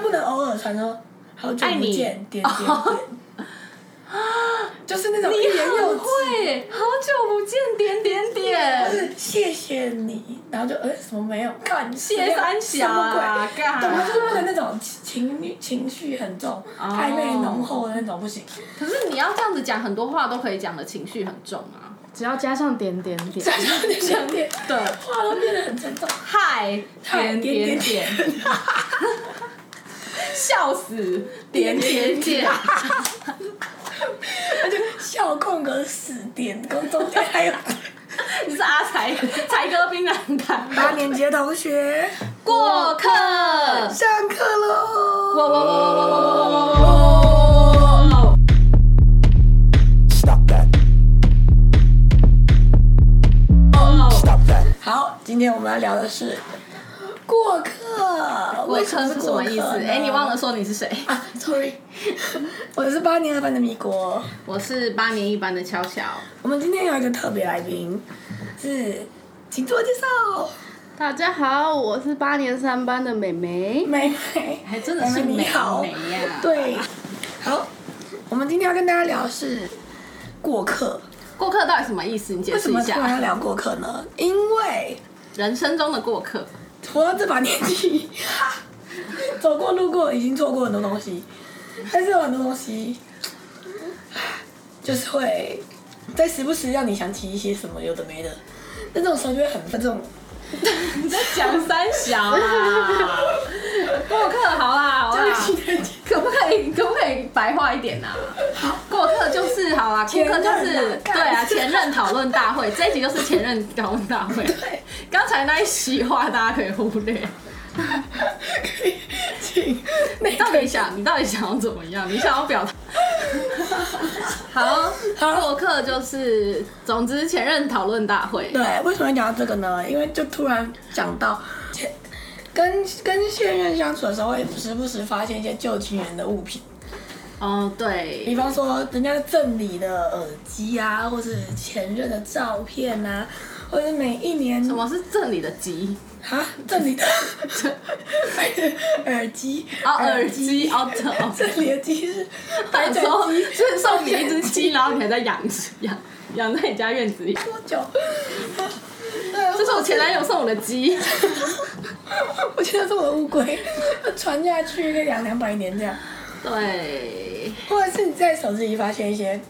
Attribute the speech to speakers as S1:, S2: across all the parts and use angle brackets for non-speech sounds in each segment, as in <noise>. S1: 不能偶尔传说好久
S2: 爱
S1: 不
S2: 你
S1: 见，点点
S2: <laughs>
S1: 点，就是那种欲
S2: 你
S1: 言又
S2: 很
S1: 止，
S2: 会，好久不见，点点
S1: 就
S2: 点，
S1: 是谢谢你，然后就呃什么没有，干
S2: 谢三
S1: 什
S2: 峡
S1: 么鬼？
S2: 啊，干
S1: 懂吗？就是为了那种情情情绪很重、
S2: 哦
S1: 暧昧浓厚的那种不行。
S2: 可是你要这样子讲，很多话都可以讲的情绪很重啊。
S3: 只要加上点点
S2: <laughs>
S3: 点，
S1: 再说点点点，
S2: 对，
S1: 话都变得很沉重。
S2: 嗨，
S1: 嗨
S2: 点
S1: 点
S2: 点点，笑死，点点点，
S1: 他就笑空格死点，跟中间还
S2: <laughs>
S1: 有
S2: 你是阿才才哥槟榔摊
S1: 八年级的同学
S2: 过客，
S1: 上课喽。
S2: 哇哇哇哇哇哇哇哇哇哇！
S1: 哦
S4: Stop that. Stop that.
S1: 好，今天我们要聊的是过客。
S2: 过
S1: 为什
S2: 客
S1: 么
S2: 是
S1: 是
S2: 什么意思？哎，你忘
S1: 了
S2: 了说你是谁？
S1: 啊？Sorry，我是八年二班的米国。
S2: <laughs> 我是八年一班的巧巧。
S1: 我们今天有一个特别来宾，是请自我介绍。
S3: 大家好，我是八年三班的美眉。
S1: 妹妹，
S2: 还真的是
S1: 妹妹你
S2: 美
S1: 好，
S2: 美呀
S1: 对，好，我们今天要跟大家聊是过客。
S2: 过客到底什么意思？你解
S1: 为什
S2: 释
S1: 么
S2: 一
S1: 突然要
S2: 下。
S1: 聊过客呢？因为
S2: 人生中的过客，
S1: 活到这把年纪，走过路过，已经做过很多东西，但是有很多东西，就是会在时不时让你想起一些什么有的没的，那种时候就会很这种。
S2: 你在讲三小 <laughs> 啊？过客好啦好啦，可不可以可不可以白话一点呐、啊？过客就是好啦，过
S1: 前任
S2: 客
S1: 啊
S2: 就是
S1: 干
S2: 对啊，前任讨论大会这一集就是前任讨论大 <laughs> 会。
S1: 对，
S2: 刚才那一席话大家可以忽略。
S1: 可以请
S2: 你到底想你到底想要怎么样？你想要表达？好，
S1: 好
S2: 过客就是，总之前任讨论大会。
S1: 对，为什么会讲到这个呢？因为就突然讲到前跟跟现任相处的时候，会时不时发现一些旧情人的物品，
S2: 哦，
S1: 比
S2: 对，
S1: 方说人家赠你的耳机啊，或是前任的照片啊，或者是每一年
S2: 嗯什么是这里的鸡？
S1: 啊赠你的 <laughs> 耳机
S2: 哦，耳机，哦，这 <laughs> 哦，
S1: 赠你的鸡是白
S2: 想说
S1: 斩鸡，
S2: 就是送你一只鸡，然后你还在养养养在你家院子里。
S1: 多久？对，
S2: 这是我前男友送我的鸡，
S1: 我记得是我的乌龟，传下去应该两两百年这样。
S2: 对，
S1: 或者是你在手机里发现一些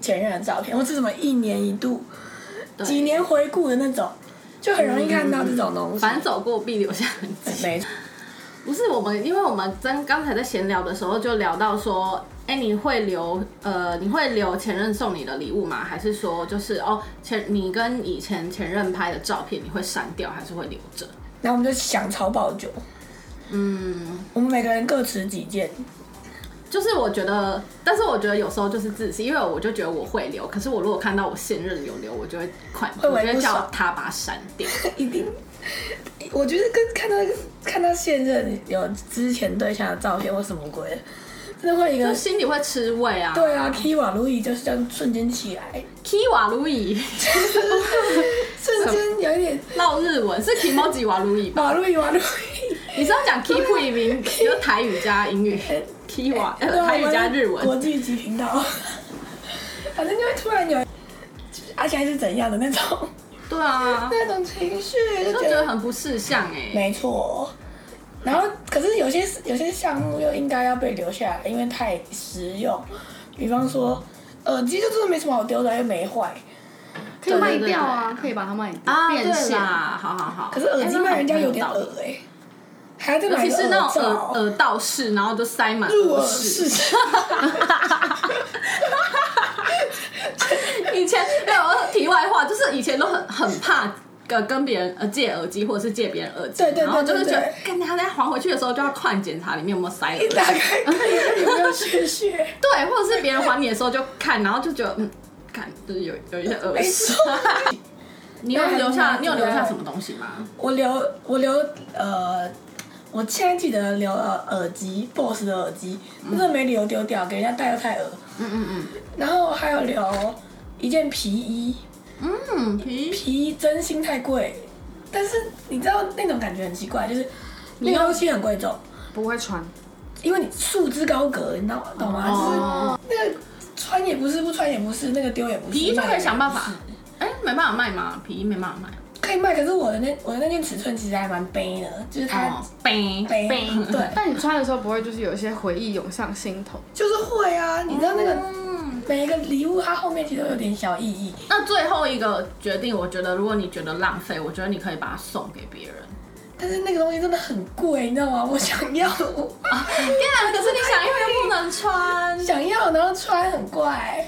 S1: 前任的照片，或是什么一年一度、
S2: 对
S1: 几年回顾的那种，就很容易看到这种东西。
S2: 反走过必留下痕迹。
S1: 没错，
S2: 不是我们，因为我们刚刚才在闲聊的时候就聊到说，哎、你会留呃，你会留前任送你的礼物吗？还是说就是哦，前你跟以前前任拍的照片，你会删掉还是会留着？
S1: 然后我们就想超爆酒，
S2: 嗯，
S1: 我们每个人各持己见，
S2: 就是我觉得，但是我觉得有时候就是自私，因为我就觉得我会留，可是我如果看到我现任有留，我就会快，
S1: 会
S2: 我
S1: 为
S2: 就
S1: 不
S2: 会叫
S1: 爽
S2: 他把它删掉。
S1: 一定。我觉得跟看到看到现任有之前对象的照片或什么鬼的，真的会有一
S2: 就
S1: 个
S2: 心里会吃味啊。
S1: 对啊，K 瓦路易就是这样瞬间起
S2: <laughs>
S1: 来，
S2: ，ki 瓦路易，
S1: 瞬间有一点
S2: 绕日文是 kimoji 瓦路易吧？
S1: 瓦路易瓦路易。
S2: <laughs> 你是要讲 ki 不移民，就是台语加英语，ki 瓦
S1: 啊 <laughs> 对啊
S2: 呃台语加日
S1: 国
S2: 文。
S1: 际级频道，反正就会突然有，而且还是怎样的那种
S2: 对啊，
S1: 那种情绪，就
S2: 就
S1: 觉
S2: 觉得
S1: 得
S2: 很不识相哎。
S1: 没错。然后，可是有些有些项目又应该要被留下来，因为太实用。比方说，耳机就真的没什么好丢的，又没坏。
S3: 可以卖掉啊，可以把它卖掉
S2: 啊，
S3: 变
S2: 对
S3: 现。
S2: 啦，好好好。
S1: 可是耳机卖人家有点
S2: 哎那很
S1: 恶
S2: 有道理
S1: 哎、还要再
S2: 尤
S1: 买
S2: 其
S1: 个
S2: 是那
S1: 耳
S2: 种耳
S1: 罩。
S2: 耳道式，然后就塞满
S1: 入耳
S2: 耳
S1: 式 <laughs>
S2: 饰。以前没有题外话，就是以前都很很怕。呃，跟别人呃借耳机，或者是借别人耳机，
S1: 对对对
S2: 然后就是
S1: 对
S2: 觉得
S1: 对，
S2: 看他在还回去的时候，就要快检查里面有没有塞耳
S1: 一
S2: 机，
S1: <laughs> 打开看一下有没有血血。
S2: 对，或者是别人还你的时候就看，然后就觉得嗯，看就是有有一些
S1: <laughs>
S2: 耳
S1: 没
S2: 饰。
S1: 错
S2: 你有留下你有留下
S1: 对
S2: 什么东西吗？
S1: 我留我留呃，我现在记得留了耳机，BOSS 的耳机，真的没留丢掉，给人家戴了太耳。
S2: 嗯嗯
S1: 然后还有留一件皮衣，
S2: 嗯嗯，皮
S1: 皮衣真心太贵，但是你知道那种感觉很奇怪，就是那
S3: 你
S1: 个
S3: 用
S1: 东西很贵重，
S3: 不会穿，
S1: 因为你束之高阁，你知道吗懂吗？
S2: 哦
S1: 就是那个穿也不是，不穿也不是，那个丢也不是。
S2: 皮衣就可以想办法
S1: 卖也不是，
S2: 哎、没办法卖吗？皮衣没办法卖，
S1: 可以卖，可是我的那我的那件尺寸其实还蛮悲的，就是它
S2: 哦，冰
S1: 悲、
S2: 冰，
S1: 对，
S3: 但你穿的时候不会就是有一些回忆涌上心头？
S1: 就是会啊，你知道那个。
S2: 嗯，
S1: 每一个礼物它后面其实都有点小意义，
S2: 那最后一个决定，我觉得如果你觉得浪费，我觉得你可以把它送给别人。
S1: 但是那个东西真的很贵，你知道吗？我想要，我。
S2: 啊可是你想要又不能穿
S1: 想要，然后穿很怪，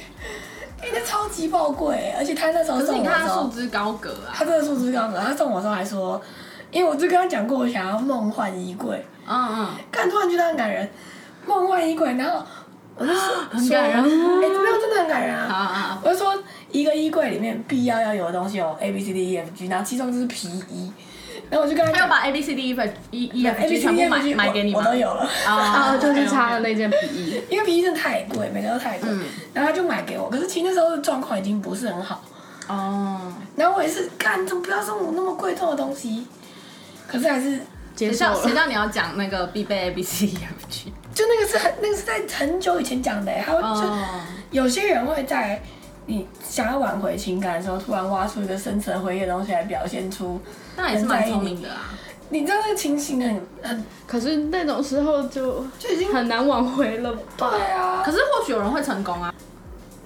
S1: 哎、那超级爆贵，而且他那时候
S2: 可是
S1: 送
S2: 你
S1: 我的
S2: 看
S1: 时
S2: 它束
S1: 候，
S2: 之高阁啊，
S1: 他真的束之高阁，他送我的时候还说，因为我就跟他讲过，我想要梦幻衣柜，
S2: 嗯
S1: 看突然觉得很感人，梦幻衣柜，然后我就说，
S2: 很感人
S1: 哎、没有，真的很感人
S2: 嗯，
S1: 啊。
S2: 好好，
S1: 我就说一个衣柜里面必要要有的东西有 A B C D E F G，然后其中就是皮衣，然后我就跟他
S2: 他又
S1: 讲，
S2: 把 A B C D E F E E F
S1: A
S2: G
S1: B C
S2: 全
S1: D
S2: 部
S1: E
S2: 买
S1: F G
S2: 买给你
S1: 我
S2: 吗？哦
S1: 都有了。 <laughs>
S3: 啊，就是
S2: 差
S3: 差了那件皮衣。
S1: 因为皮衣真的太贵，每个都太贵，
S2: 嗯
S1: 然后他就买给我。可是其实那时候的状况已经不是很好，
S2: 哦。
S1: 然后我也是，干，怎么不要送我那么贵重的东西？可是还是，
S3: 接
S2: 谁
S3: 受
S2: 叫谁
S3: 了，
S2: 叫你要讲那个必备 A B C D E F G？
S1: 就那个是很，那个是在很久以前讲的，还有就、
S2: 哦，
S1: 有些人会在你想要挽回情感的时候，突然挖出一个深层回忆的东西来表现出，
S2: 那也是蛮聪明的啊。
S1: 你知道那个情形很很，
S3: <laughs> 可是那种时候就
S1: 就已经
S3: 很难挽回了
S1: 对
S3: 吧？
S1: 啊
S2: 可，是或许有人会成功啊，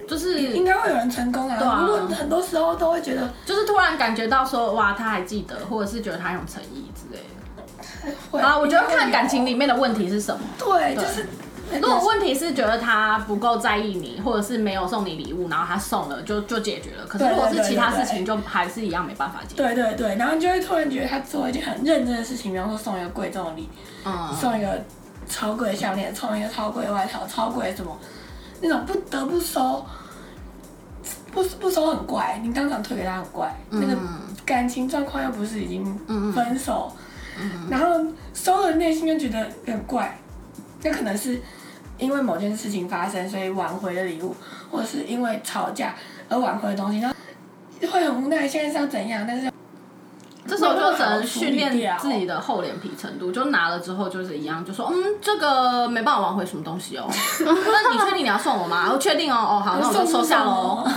S2: 就是
S1: 应该会有人成功啊。
S2: 对
S1: 不
S2: 啊
S1: 过很多时候都会觉得
S2: 就是突然感觉到说哇，他还记得，或者是觉得他很有诚意之类的。
S1: 会
S2: 啊，我觉得看感情
S1: 里，
S2: 里面的问题是什么。
S1: 对，就是
S2: 如果问题是觉得他不够在意你，或者是没有送你礼物，然后他送了就就解决了。可是
S1: 对
S2: 如果是
S1: 对
S2: 其他
S1: 对
S2: 事
S1: 对
S2: 情，就还是一样没办法解决。
S1: 对对对，然后你就会突然觉得他做了一件很认真的事情，比方说送一个贵重的礼，
S2: 嗯，
S1: 送一个超贵的项链，送一个超贵的外套，超贵的什么，那种不得不收，不不收很怪，你当场退给他很怪，那
S2: 嗯
S1: 个感情状况又不是已经分手，然后收了内心就觉得很怪，那可能是因为某件事情发生，所以挽回的礼物，或者是因为吵架而挽回的东西，然后会很无奈，现在是要怎样，但是。
S2: 哦这时候就只能训练自己的厚脸皮程度，就拿了之后就是一样，就说嗯，这个没办法挽回什么东
S1: <laughs>
S2: 西哦。那你确定你要送我吗？我确定哦，哦好，那我就收下
S1: 哦
S2: 喽。
S1: <laughs>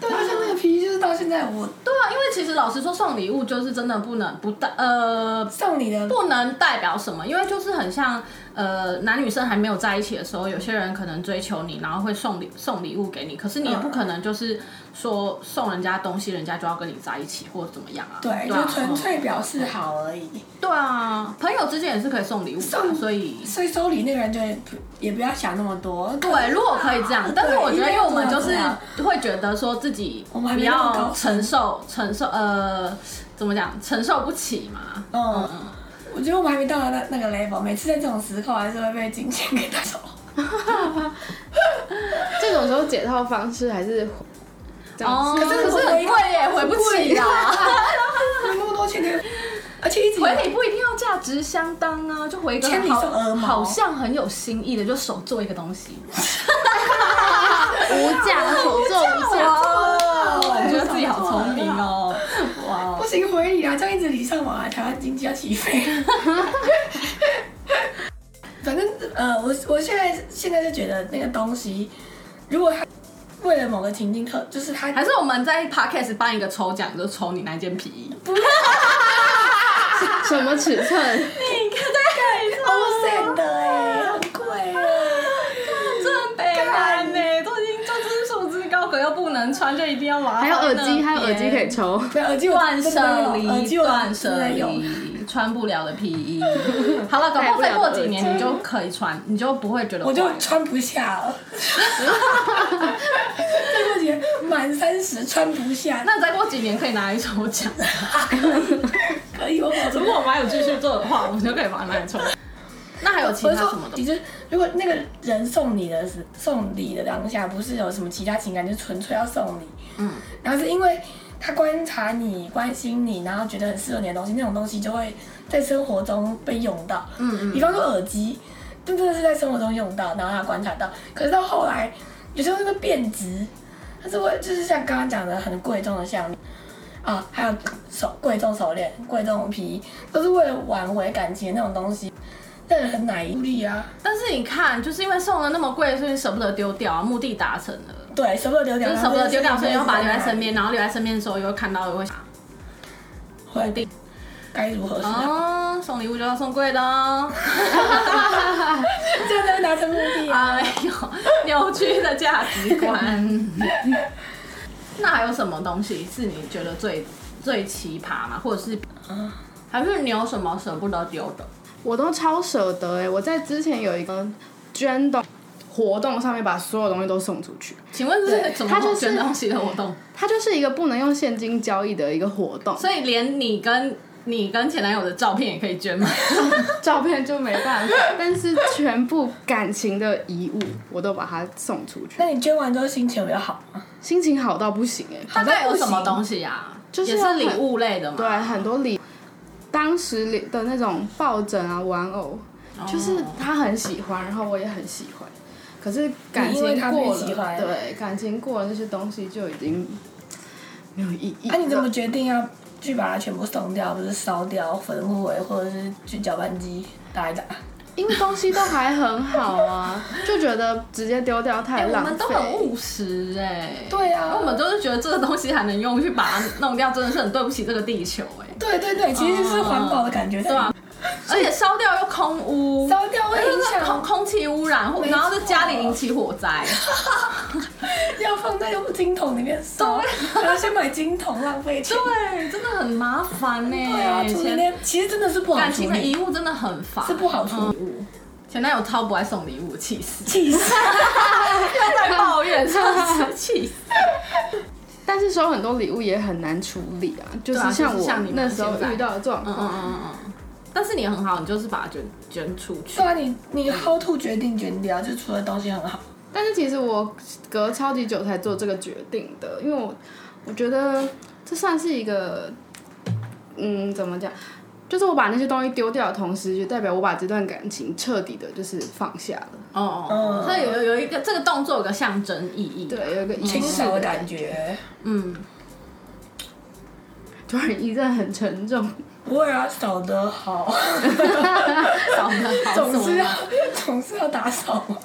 S1: 对啊，像那个皮衣，就是到现在我
S2: 对啊，因为其实老实说，送礼物就是真的不能不代呃
S1: 送你的，
S2: 不能代表什么，因为就是很像呃男女生还没有在一起的时候，有些人可能追求你，然后会送礼送礼物给你，可是你也不可能就是说送人家东西，人家就要跟你在一起或者怎么样啊？
S1: 对，
S2: 啊哦
S1: 就纯粹表示好而已。
S2: 对啊，朋友之间也是可以送礼物的，
S1: 送
S2: 所以。
S1: 所以收礼那个人就也不也不要想那么多。
S2: 对，如果可以这
S1: <laughs>
S2: 样，但是我觉得，因为我们就是
S1: 一定要这样
S2: 会觉得说自己
S1: 我们还
S2: 比
S1: 没那么
S2: 较
S1: 高
S2: 承受承受呃，怎么讲承受不起嘛，
S1: 嗯，我觉得我们还没到那那个 level，每次在这种时候还是会被金钱给带走。
S3: <laughs> 这种时候解套方式还是这样
S2: 哦，
S3: 子。
S1: 可是
S2: 可是很贵耶，回不起啦。
S1: 有那么多钱给 <laughs> 我，而且一直以
S2: 回
S1: 来
S2: 礼不一定要价值相当啊，就回一个
S1: 千里
S2: 好
S1: 送鹅毛
S2: 好像很有新意的，就手做一个东西。
S3: 无价手做
S2: <laughs>
S3: 无价，
S2: 哇，我觉得自己好聪明哦，
S1: 不
S2: 哇！
S1: 行回礼啊，这样一直礼尚往来，台湾经济要起飞。 <laughs> 反正呃，我我现在现在就觉得那个东西，如果他为了某个情境特，就是他
S2: 还是我们在 podcast 办一个抽奖，就抽你那件皮衣。
S3: 什么尺寸？
S2: 你看在啊
S1: OSET 的哎、很贵 <laughs> 啊。
S2: 这北南呢，都已经就是束之高阁，又不能穿，就一定要拿。
S3: 还有耳机，还有耳机可以抽。
S1: 没有呃耳机 <laughs> 我
S2: 断
S1: 真的
S2: 舍
S1: 有，耳
S2: 离，
S1: 机我
S2: 断
S1: 真
S2: 舍
S1: 的有。
S2: 离，穿不了的皮
S1: <laughs>
S2: 衣。好了，搞不好再过几年你就可以穿，你就不会觉得
S1: 我就
S2: 怪了
S1: 穿不下了， <laughs> 这过节满三十穿不下，那
S2: 那再过几年可以拿来抽
S1: <laughs>
S2: 奖。
S1: 可以我保证
S2: 如。果我们还有继续做的话，我们就可以把它拿来抽。那还有其
S1: 我
S2: 他
S1: 是
S2: 什么
S1: 说，<laughs>
S2: 的
S1: 你？就是如果那个人送你的时送礼的当下，不是有什么其他情感，就是纯粹要送你，
S2: 嗯，
S1: 然后是因为他观察你、关心你，然后觉得很适合你的东西，那种东西就会在生活中被用到。
S2: 嗯嗯
S1: 比方说耳机，就真的是在生活中用到，然后他观察到。可是到后来，有时候会变质，它是会就是像刚刚讲的很贵重的项链啊，还有手贵重手链、贵重皮，都是为了挽回感情的那种东西。但很难处理啊。
S2: 但是你看，就是因为送了那么贵，所以舍不得丢掉啊，目的达成了。
S1: 对，啊舍不得丢掉，
S2: 就是舍不得丢掉，所以要把它留在身
S1: 边，
S2: 边，然后留在身边的时候又会看到又会想。
S1: 会定该如何是好，
S2: 哦，送礼物就要送贵的哦。
S1: 这样才会达成目的啊。
S2: 啊，没有扭曲的价值观。那还有什么东西是你觉得最最奇葩吗？或者是，还是你有什么舍不得丢的？
S3: 我都超舍得哎、我在之前有一个捐的活动上面把所有东西都送出去，
S2: 请问是怎么
S3: 它就是
S2: 捐东西的活动？
S3: 它就是一个不能用现金交易的一个活动，
S2: 所以连你跟你跟前男友的照片也可以
S3: <laughs>
S2: 捐吗？
S3: 照片就没办法， <laughs> 但是全部感情的遗物我都把它送出去
S1: 那，你捐完之后心情有比较好啊吗？
S3: 心情好到不行哎、
S2: 大概有什么东西啊？
S3: 就是
S2: 也是
S3: 很
S2: 礼物类的嘛。
S3: 对，啊很多礼，当时的那种抱枕啊、玩偶，就是他很喜欢，然后我也很喜欢。可是感情
S1: 你因为他
S3: 过
S1: 被喜欢
S3: 了，对感情过了那些东西就已经没有意义了。
S1: 啊那、你怎么决定要去把它全部送掉，不是烧掉、焚毁，或者是去搅拌机打一打？
S3: 因为东西都还很好啊，就觉得直接丢掉
S2: 哎、
S3: 太
S2: 我
S3: 浪费。
S2: 们都很务实哎、
S1: 对啊，
S2: 我们都是觉得这个东西还能用，去把它弄掉，真的是很对不起这个地球哎、
S1: 对对对，其实是环保的感觉，
S2: 对啊，而且烧掉又空污，
S1: 烧掉会影
S2: 就是空
S1: 响，
S2: 空气污染，或
S1: 没错
S2: 然后在家里引起火
S1: <laughs>
S2: 灾。
S1: 要放在用金桶里面烧，还要先买金桶浪费钱。
S2: 对，真的很麻烦呢、
S1: 对啊，
S2: 以
S1: 处理
S2: 前
S1: 那其实真的是不好
S2: 感
S1: 处
S2: 情的
S1: 理，
S2: 遗嗯物真的很烦，
S1: 是不好处理，！
S2: 前男友超不爱送礼物，气死
S1: 气死。
S2: 又在抱怨，真的是 <laughs> 气死。
S3: 但是收很多礼物也很难处理啊，就是
S2: 啊
S3: 像
S2: 就是
S3: 我
S2: 像你们
S3: 那时候
S2: 现在
S3: 遇到的状
S2: 嗯
S3: 况，
S2: 嗯嗯嗯嗯。但是你很好，你就是把它捐捐出去哦
S1: 对。啊，你你 how to 决定捐掉，就除了东西很好，
S3: 但是其实我隔超级久才做这个决定的，因为我我觉得这算是一个，嗯，怎么讲？就是我把那些东西丢掉的同时，就代表我把这段感情彻底的，就是放下了。
S2: 哦哦
S1: 嗯
S2: 哦，所以有有一个这个动作有个象征意义。
S3: 对，有一个仪
S1: 清
S3: 式
S1: 扫的感。觉。
S2: 嗯，
S3: 突然一阵很沉重，
S2: <laughs>
S3: <laughs>
S1: 不会啊，扫得好，
S2: 扫的好
S1: 总
S2: 什
S1: 是
S2: 么
S1: 要总是要打扫嘛。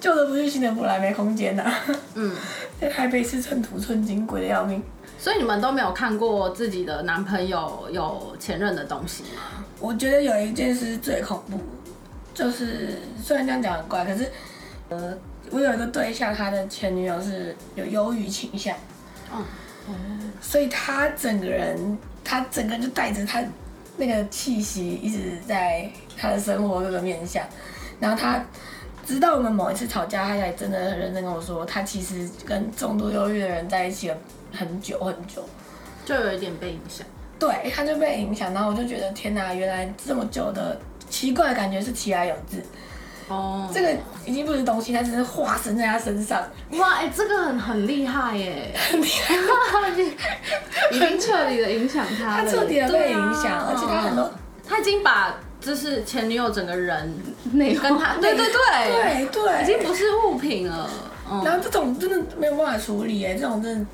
S1: 旧的不去，新的不来，没空间呐、 <laughs>
S2: 嗯，
S1: 在台北市寸土寸金，贵的要命。
S2: 所以你们都没有看过自己的男朋友有前任的东西吗？
S1: 我觉得有一件事最恐怖，就是虽然这样讲很怪，可是，呃，我有一个对象，他的前女友是有忧郁倾向，
S2: 嗯，
S1: 所以他整个人，他整个人就带着他那个气息，一直在他的生活各个面向。然后他直到我们某一次吵架，他才真的很认真跟我说，他其实跟重度忧郁的人在一起了很久很久。
S2: 就有一点被影响。
S1: 对，他就被影响，然后我就觉得天哪，原来这么久的奇怪的感觉是其来有自，
S2: 哦，
S1: 这个已经不是东西，它只是化身在他身上，
S2: 哇，哎、这个很很厉害耶！
S3: 已经彻底的影响他
S1: 他
S3: 了，
S1: 彻底的被影
S2: 对
S1: 响，
S2: 啊
S1: 而且他很多
S2: 他已经把就是前女友整个人
S3: 内
S2: 跟
S3: 化。
S2: 他，对对对，
S1: 哦对对，
S2: 已经不是物品了。嗯
S1: 然后这种真的没有办法处理耶，这种真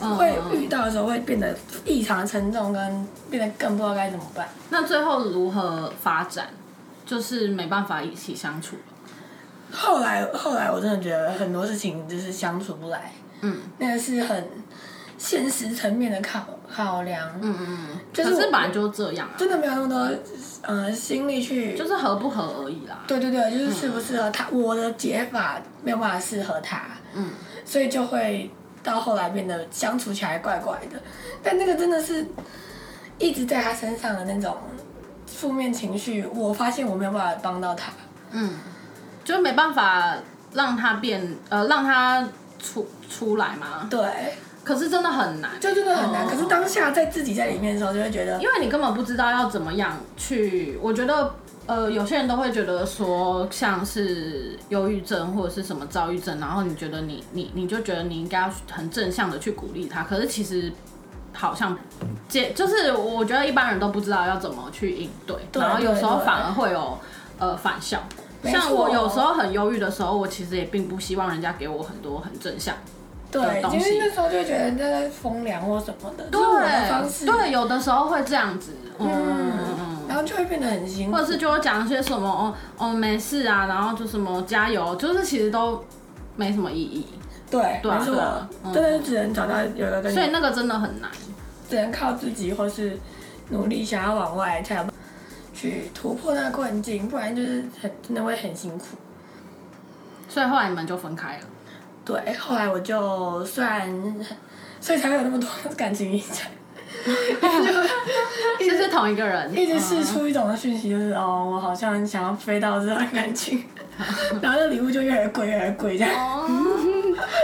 S2: 嗯
S1: 的会遇到的时候会变得异常沉重，跟变得更不知道该怎么办。
S2: 嗯那最后如何发展？就是没办法一起相处了。
S1: 后来后来我真的觉得很多事情就是相处不来，
S2: 嗯
S1: 那个是很现实层面的考考量，
S2: 嗯嗯嗯，
S1: 就是
S2: 可
S1: 我
S2: 是本来就这样啊，
S1: 真的没有那么多呃心力去，
S2: 就是合不合而已啦。
S1: 对对对，就是适不适合他，我的解法没有办法适合他，
S2: 嗯，
S1: 所以就会到后来变得相处起来怪怪的。但那个真的是一直在他身上的那种负面情绪，我发现我没有办法帮到他。
S2: 嗯，就是没办法让它变，呃，让它出出来嘛。
S1: 对，
S2: 可是真的很难，
S1: 就真的很难。
S2: 哦
S1: 可是当下在自己在里面的时候，就会觉得
S2: 因为你根本不知道要怎么样去。我觉得，呃，有些人都会觉得说，像是忧郁症或者是什么躁郁症，然后你觉得你你你就觉得你应该要很正向的去鼓励他，可是其实好像解就是我觉得一般人都不知道要怎么去应对，
S1: 对
S2: 然后有时候
S1: 对对
S2: 反而会有呃反效果。
S1: 没
S2: 像我
S1: 错
S2: 有时候很忧郁的时候，我其实也并不希望人家给我很多很正向。
S1: 对，
S2: 东
S1: 因
S2: 西
S1: 为那时候就会觉得人家哦在风凉或什么的，这是我的方式。
S2: 对，有的时候会这样子。嗯嗯嗯嗯
S1: 然后就会变得很辛苦
S2: 或。者是就会讲一些什么哦哦没事啊，然后就什么加油，就是其实都没什么意义，
S1: 对，
S2: 对啊
S1: 没
S2: 对啊嗯
S1: 错，真的只能找到有的跟
S2: 所以
S1: 你，
S2: 那个真的很难。
S1: 只能靠自己或是努力想要往外才有办法去突破那个困境，不然就是很真的会很辛苦。
S2: 所以后来你们就分开了。
S1: 对，后来我就虽然，所以才会有那么多感情影响，
S2: 其实是同一个人，
S1: 一直试出一种讯息，就是哦，我好像想要飞到这段感
S2: <laughs>
S1: 情，然后这礼物就越来越贵，越来越贵这样。 <laughs>
S2: 哦，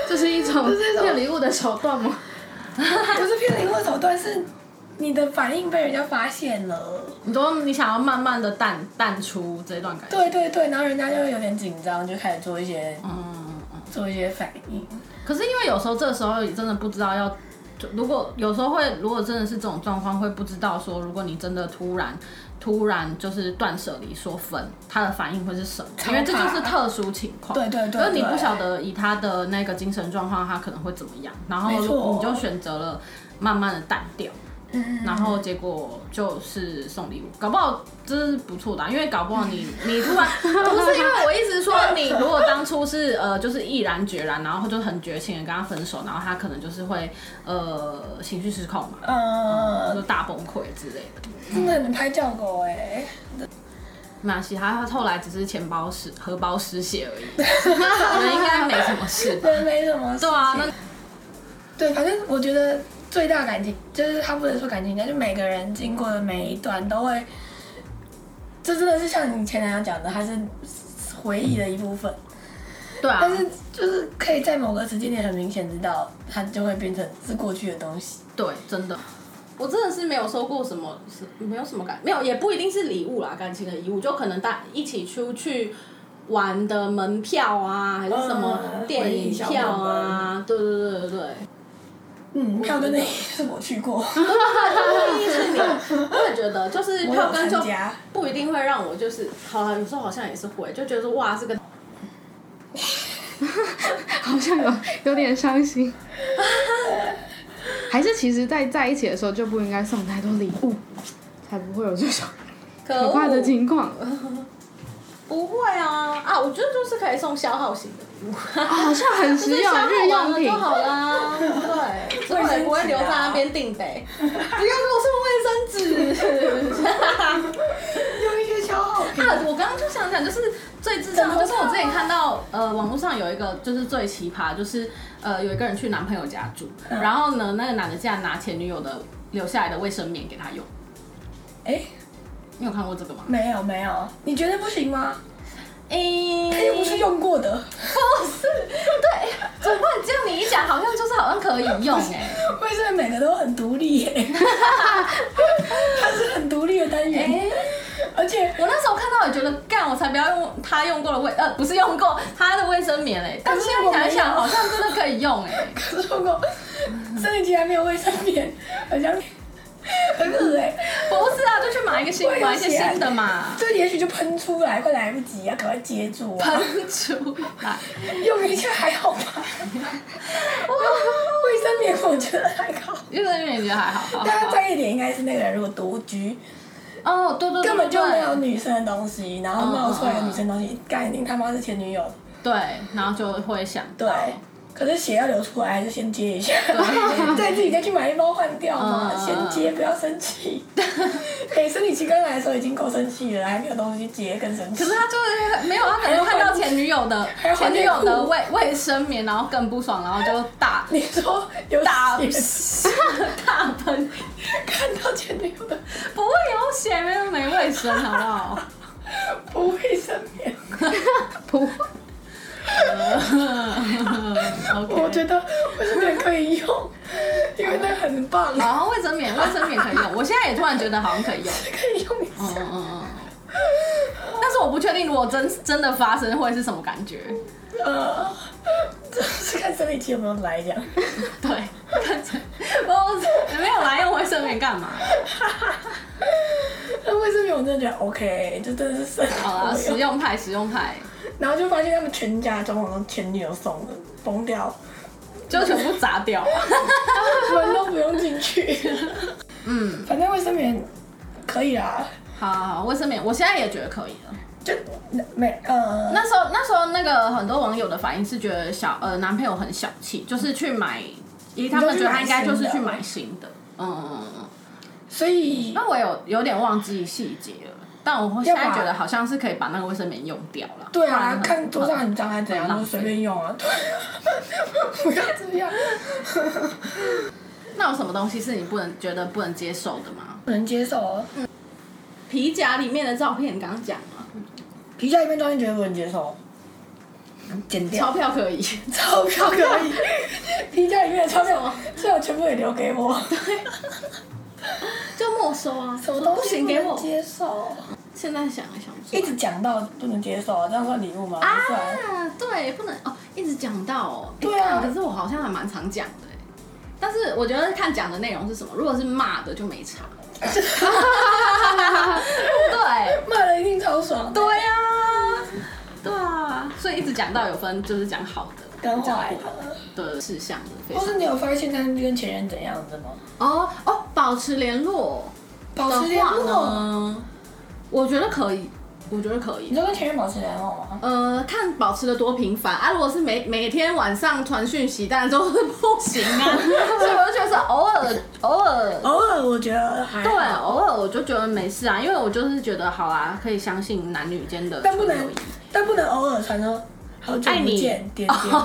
S3: 这是一种骗礼物的手段吗？
S1: 不是骗礼物的手段，是你的反应被人家发现了。
S2: 你都你想要慢慢的淡淡出这段感情，
S1: 对对对，然后人家就会有点紧张，就开始做一些
S2: 嗯，嗯
S1: 做一些反应。
S2: 嗯可是因为有时候这时候也真的不知道要，就如果有时候会，如果真的是这种状况，会不知道说，如果你真的突然突然就是断舍离说分，他的反应会是什么？
S1: 超
S2: 因
S1: 怕
S2: 为这就是特殊情况，
S1: 对对对对
S2: 就是你不晓得呃以他的那个精神状况，他可能会怎么样，然后
S1: 没错
S2: 你就选择了慢慢的淡掉。
S1: 嗯，
S2: 然后结果就是送礼物，搞不好这是不错的啊、因为搞不好
S1: <laughs>
S2: 你你突然不是因为我一直说你如果当初是呃就是毅然决然，然后就很绝情的跟他分手，然后他可能就是会呃情绪失控嘛，
S1: 呃
S2: 就，大崩溃之类的。
S1: 真的很拍叫狗哎、欸，
S2: 没关系，他他后来只是钱包失荷包失血
S1: <laughs>
S2: 而已，那应该没什么事吧？
S1: 对，没什么。
S2: 对啊，那
S1: 对，反正我觉得最大感情就是他不能说感情，但就每个人经过的每一段都会，这真的是像你前男友讲的，他是回忆的一部分，
S2: 对啊，
S1: 但是就是可以在某个时间点很明显知道，它就会变成是过去的东西。
S2: 对，真的。我真的是没有收过什么，是没有什么感，没有，也不一定是礼物啦，感情的礼物，就可能大一起出去玩的门票啊，还是什么
S1: 嗯
S2: 电影票啊，对对对对对，
S1: <laughs> 嗯，票根那一是我去过，
S2: 我也觉得就是
S1: 我
S2: 票
S1: 有
S2: 根
S1: 参
S2: 就
S1: 加，
S2: 不一定会让我就是，好了，有时候好像也是会，就觉得哇，这个
S3: <laughs> 好像有有点伤
S1: <laughs>
S3: 心。还是其实在在一起的时候就不应该送太多礼物，才不会有这种
S1: 哦
S2: 可
S3: 可怕的
S2: 恶
S3: 情况
S2: 不会啊啊，我觉得就是可以送消耗型的礼物。
S3: 啊！好像很
S2: <laughs> 就
S3: 实
S2: 是
S3: 用
S2: 消，耗
S3: 日
S2: 完
S3: 用
S2: 了
S3: 品
S2: 就。好
S3: <laughs>
S2: 啦，
S3: 啊
S2: 对，所以也不会留在那边定呗。不要给我送卫
S3: <laughs>
S2: 生纸。
S1: 用一些消耗品。
S2: 啊，我刚刚就想讲，就是最智障，就是我之前看到呃网络上有一个就是最奇葩，就是呃有一个人去男朋友家住，
S3: 嗯
S2: 然后呢那个男的竟然拿前女友的留下来的卫生棉给他用，
S1: 哎、
S2: 你有看过这个吗？
S1: 没有没有，你觉得不行吗？
S2: 诶、
S1: 他又不是用过的，
S2: <laughs> 不是，对，怎么这样你一讲，好像就是好像可以用哎、
S1: 为什么每个都很独立耶、它是很独立的单元，
S2: 哎
S1: 而且
S2: <laughs> 我那时候看到也觉得，干我才不要用他用过的卫呃，不是用过他的卫生棉嘞、但是现在想一想，好像真的可以用哎、 <laughs>
S1: 可是如果生理期还没有卫生棉，好像很恶哎、
S2: 不是啊，就去买一个新
S1: 我也
S2: 买一些
S1: 想
S2: 新的嘛，
S1: 这也许就喷出来，快来不及啊，赶快接住啊！
S2: 喷出 <laughs> 来。
S1: 用一下还好吧，卫生棉我觉得还好。
S2: 卫生棉你觉得还好？好
S1: 大家在意点应该是那个人如果独居，
S2: 好哦，对对对，
S1: 根本就没有
S2: 对哦
S1: 女生的东西，然后冒出来的女生的东西，概念他妈是前女友。
S2: 对，然后就会想
S1: 对，可是血要流出来，还是先接一下， <laughs> 再自己再去买一包换掉嘛，
S2: 嗯
S1: 先接，不要生
S2: <laughs>
S1: 气。给生理期刚来的时候已经够生气了，还没有东西接更生气
S2: 可是。他就是没有，他可能看到前女友的
S1: 还要换
S2: 前
S1: 内
S2: 女
S1: 裤
S2: 友的卫卫生棉，然后更不爽，然后就大
S1: 你说有
S2: 大
S1: 血
S2: 大喷，
S1: 看到前女友的
S2: 不会有血，没有没卫生，好不好？
S1: 不卫生棉，
S3: 不，
S1: 我
S2: 我
S1: 觉得卫生棉可以用，因为那很棒，
S2: 然后卫生棉，卫生棉可以用。我现在也突然觉得好像可以用。
S1: 可以用一
S2: 嗯
S1: 下。
S2: 嗯嗯。但是我不确定，如果真真的发生会是什么感觉。嗯
S1: 呃，这是看生理期有没有来讲。
S2: 对，看起来我没有来用卫生棉干嘛？
S1: 那卫生棉我真的觉得 OK，就真的是生理
S2: 好啦，
S1: 作用
S2: 实用派，实用派，
S1: 然后就发现他们全家装潢都前女友送的，崩掉， <laughs>
S2: 就全部砸掉。
S1: 门都不用进去。嗯，反正卫生棉可以啦，
S2: 好好好，卫生棉，我现在也觉得可以了。
S1: 就没呃，
S2: 那时候那时候那个很多网友的反应是觉得小呃男朋友很小气，就是去买，因为他们觉得他应该就是去买新的。嗯嗯嗯嗯。
S1: 所以
S2: 那我有有点忘记细节了，但我现在觉得好像是可以把那个卫生棉用掉了。
S1: 对
S2: 不然
S1: 啊
S2: 很，
S1: 看桌上很脏还是怎样，
S2: 很
S1: 就
S2: 浪费
S1: 随便用啊，对 <laughs> 啊，不要这样，
S2: 那有什么东西是你不能觉得不能接受的吗？
S1: 不能接受哦。
S2: 皮夹里面的照片，你刚刚讲了，
S1: 皮夹一片照片绝对不能接受，剪
S2: 钞
S1: 掉。
S2: 票可以，
S1: 钞票可
S2: <laughs>
S1: 以，皮夹里面的钞
S2: 为什
S1: 票
S2: 么，
S1: 最好全部也留给我。
S2: <laughs> 就没收啊，
S1: 什么
S2: 说
S1: 东
S2: 不
S1: 西
S2: 行
S1: 不
S2: 给
S1: 能
S2: 我。
S1: 接受？
S2: 现在想一想
S1: 一直讲到不能接受，这样算礼物吗？不算。
S2: 啊，对，不能哦，一直讲到哦，
S1: 对啊
S2: 哎可是我好像还蛮常讲的哎，但是我觉得看讲的内容是什么，如果是骂的就没差。对，
S1: 哎骂了一定超爽的，
S2: 对呀、对啊，所以一直讲到有分，就是讲好的
S1: 跟坏
S2: 讲
S1: 的。
S2: 不好的事项的，非
S1: 或
S2: 常
S1: 是你有发现他跟前任怎样的吗？
S2: 哦哦，保持联络
S1: 保
S2: 的
S1: 持联
S2: 话
S1: 络，
S2: 呢，我觉得可以，我觉得可以
S1: 你。说跟前任保持联络吗？
S2: 呃，看保持的多频繁啊！如果是每每天晚上传讯息，当然都 <laughs> 是不行啊。所以我就觉得是偶尔偶尔，
S1: 偶尔我觉得还
S2: 对，啊偶尔我就觉得没事啊，因为我就是觉得好啊，可以相信男女间的
S1: 但不能
S2: 纯友谊
S1: 但不能偶尔传说好久
S2: 爱
S1: 不
S2: 你
S1: 见点点点，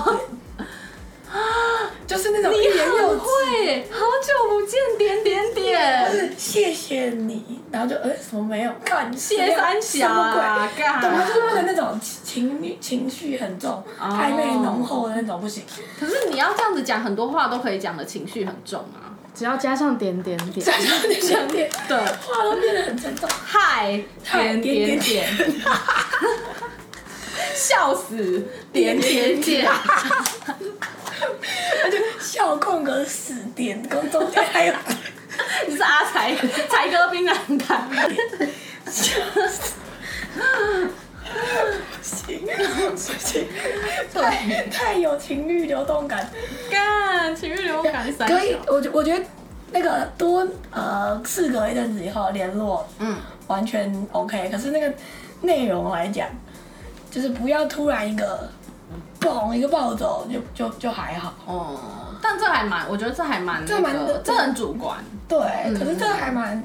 S1: 就是那种欲
S2: <laughs> 你
S1: 言又
S2: 很
S1: 止，
S2: 会，好久不见，点点
S1: 就
S2: 点，
S1: 是谢谢你，然后就呃什么没有，干
S2: 谢三
S1: 什
S2: 小
S1: 么鬼？
S2: 啊，干
S1: 懂吗？就是不能那种情侣情绪很重、
S2: 哦
S1: 暧昧浓厚的那种不
S2: <laughs>
S1: 行。
S2: 可是你要这样子讲，很多话都可以讲的情绪很重啊。
S3: 只要加上点点点，
S1: 再说点点点，
S2: 对，
S1: 话都变得很沉重。
S2: 嗨，
S1: 嗨
S2: 点
S1: 点
S2: 点点， <laughs> 笑死，点点点，
S1: 笑空格死点，跟中间还有
S2: <laughs> 你是阿才才哥槟榔摊，
S1: 行行，
S2: 对，
S1: 太有情欲流动感。
S2: <laughs> <laughs> 干情绪流感三
S1: 可以，我觉我觉得那个多呃，事隔一阵子以后联络
S2: 嗯，
S1: 完全 OK，可是那个内容来讲，就是不要突然一个嘣一个暴走，就就就还好。
S2: 哦，但这还蛮，我觉得这还蛮、那
S1: 这蛮
S2: 个，这很主观，
S1: 对，
S2: 嗯
S1: 可是这个还蛮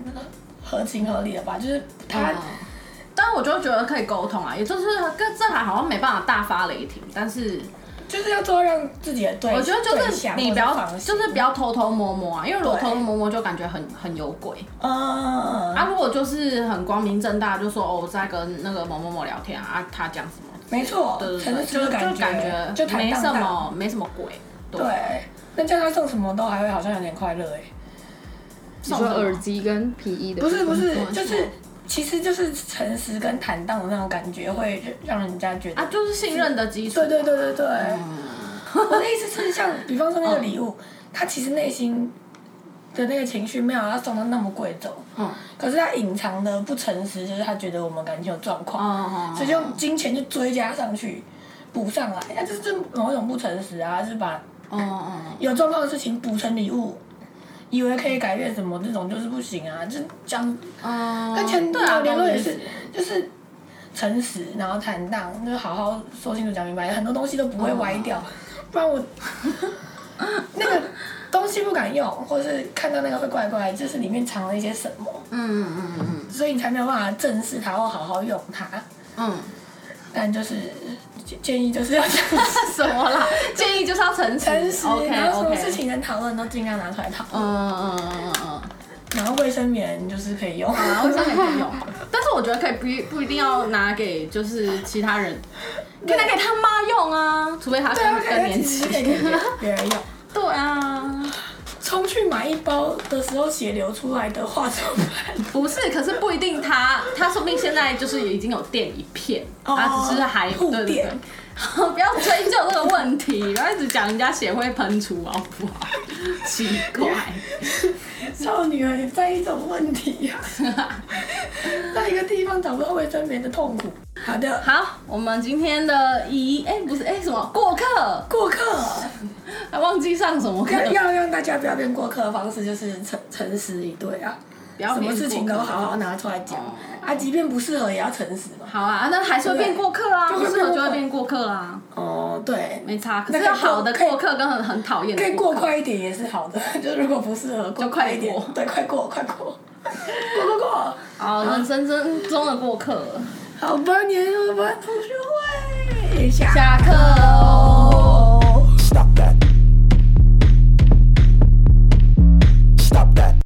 S1: 合情合理的吧？就是他、
S2: 嗯但我就觉得可以沟通啊，也就是跟这还好像没办法大发雷霆，但是
S1: 就是要做到让自己的对，
S2: 我觉得就
S1: 对
S2: 是
S1: 象
S2: 你
S1: 或
S2: 不
S1: 者
S2: 要，
S1: 方
S2: 就是
S1: 式
S2: 不要偷偷摸摸啊，因为如果
S1: 对
S2: 偷偷摸摸就感觉很很有鬼，
S1: 嗯。
S2: 啊，如果就是很光明正大，就说哦，我在跟那个某某某聊天啊，啊他讲什么？
S1: 没错，
S2: 对对
S1: 诚
S2: 对，
S1: 实
S2: 就
S1: 的
S2: 就
S1: 感
S2: 感
S1: 就
S2: 觉
S1: 坦
S2: 没
S1: 荡
S2: 什
S1: 荡。
S2: 么没什么鬼，对
S1: 对，那叫他送什么都还会好像有点快乐哎。
S3: 你说
S2: 送什么
S3: 耳机跟皮衣的，
S1: 不是不是
S2: 嗯，
S1: 就是其实就是诚实跟坦荡的那种感觉，会让人家觉得。
S2: 啊，就是信任的基础。
S1: 对对对对对。
S2: 嗯
S1: 我的意思是，像比方说那个礼物，他其实内心的那个情绪没有要送的那么贵重，
S2: 嗯，
S1: 可是他隐藏的不诚实，就是他觉得我们感情有状
S2: 哦
S1: 况，
S2: 哦，
S1: 所以就用金钱就追加上去。补上来，那就是某种不诚实啊，是把
S2: 哦哦，
S1: 有状况的事情补成礼物，以为可以改变什么，这种就是不行啊，就讲
S2: 嗯，
S1: 跟前
S2: 对啊，
S1: 男联络也
S2: 懂
S1: 是
S2: 你意思，
S1: 就是诚实，然后坦荡，就是好好说清楚讲明白，很多东西都不会歪掉，
S2: 嗯
S1: 不
S2: <laughs>
S1: 然我那个东西不敢用，或是看到那个会怪怪，就是里面藏了一些什么，
S2: 嗯嗯嗯嗯
S1: 所以你才没有办法正视它或好好用它。
S2: 嗯， <laughs>
S1: 但就是建建议就是要 <laughs> 诚实
S2: 什
S1: <laughs>
S2: 么啦？建议就是要诚实
S1: 诚实，
S2: 嗯，OK
S1: 然后什么
S2: OK。
S1: 事情能讨论都尽量拿出来讨论，
S2: 嗯嗯嗯嗯
S1: 然后卫生棉就是可以用。
S2: 嗯，然后上面可以用吧，但是我觉得可以不不一定要拿给就是其他人，可以拿给他妈用啊，除非他
S1: <laughs> 对啊，
S2: 更
S1: 可
S2: 更
S1: 以
S2: 年
S1: 其实
S2: 期
S1: 可。以给别人用。
S2: <laughs> 对啊，
S1: 冲去买一包的时候血流出来的话怎么办？
S2: 不是，可是不一定他，他说不定现在就是已经有电一片，他、
S1: 哦
S2: 只是还对
S1: 互
S2: 对对
S1: 电，
S2: <laughs> 不要追究这个问题，不要一直讲人家血会喷出，好不好？奇怪，
S1: 少女很在意这种问题
S2: <laughs>
S1: 呀、在一个地方找不到卫生棉的痛苦。好的，
S2: 好，我们今天的一哎、不是哎、什么过客，
S1: 过客
S2: 还忘记上什么课 <laughs>
S1: 要要让大家不要变过客的方式就是诚诚实以对啊。
S2: 不要
S1: 什么
S2: 变
S1: 事情都
S2: 过客
S1: 好好拿出来讲
S2: 哦
S1: 啊，即便不适合也要诚实嘛。
S2: 好啊，那还是会变过客啊，
S1: 对
S2: 不适合就
S1: 就会
S2: 会
S1: 变
S2: 变过客啊，
S1: 哦，对，
S2: 没差。可
S1: 那
S2: 是
S1: 可以过
S2: 好的过客跟很很讨厌
S1: 可以
S2: 的
S1: 过
S2: 客，
S1: 快一点也是好的， <laughs> 就如果不适合，过
S2: 就快
S1: 一点
S2: 过，
S1: 对，快过，快过， <laughs> 过过过，
S2: 哦，人生真中的过客。
S1: 好八年二班同学会，下哦
S2: 下课。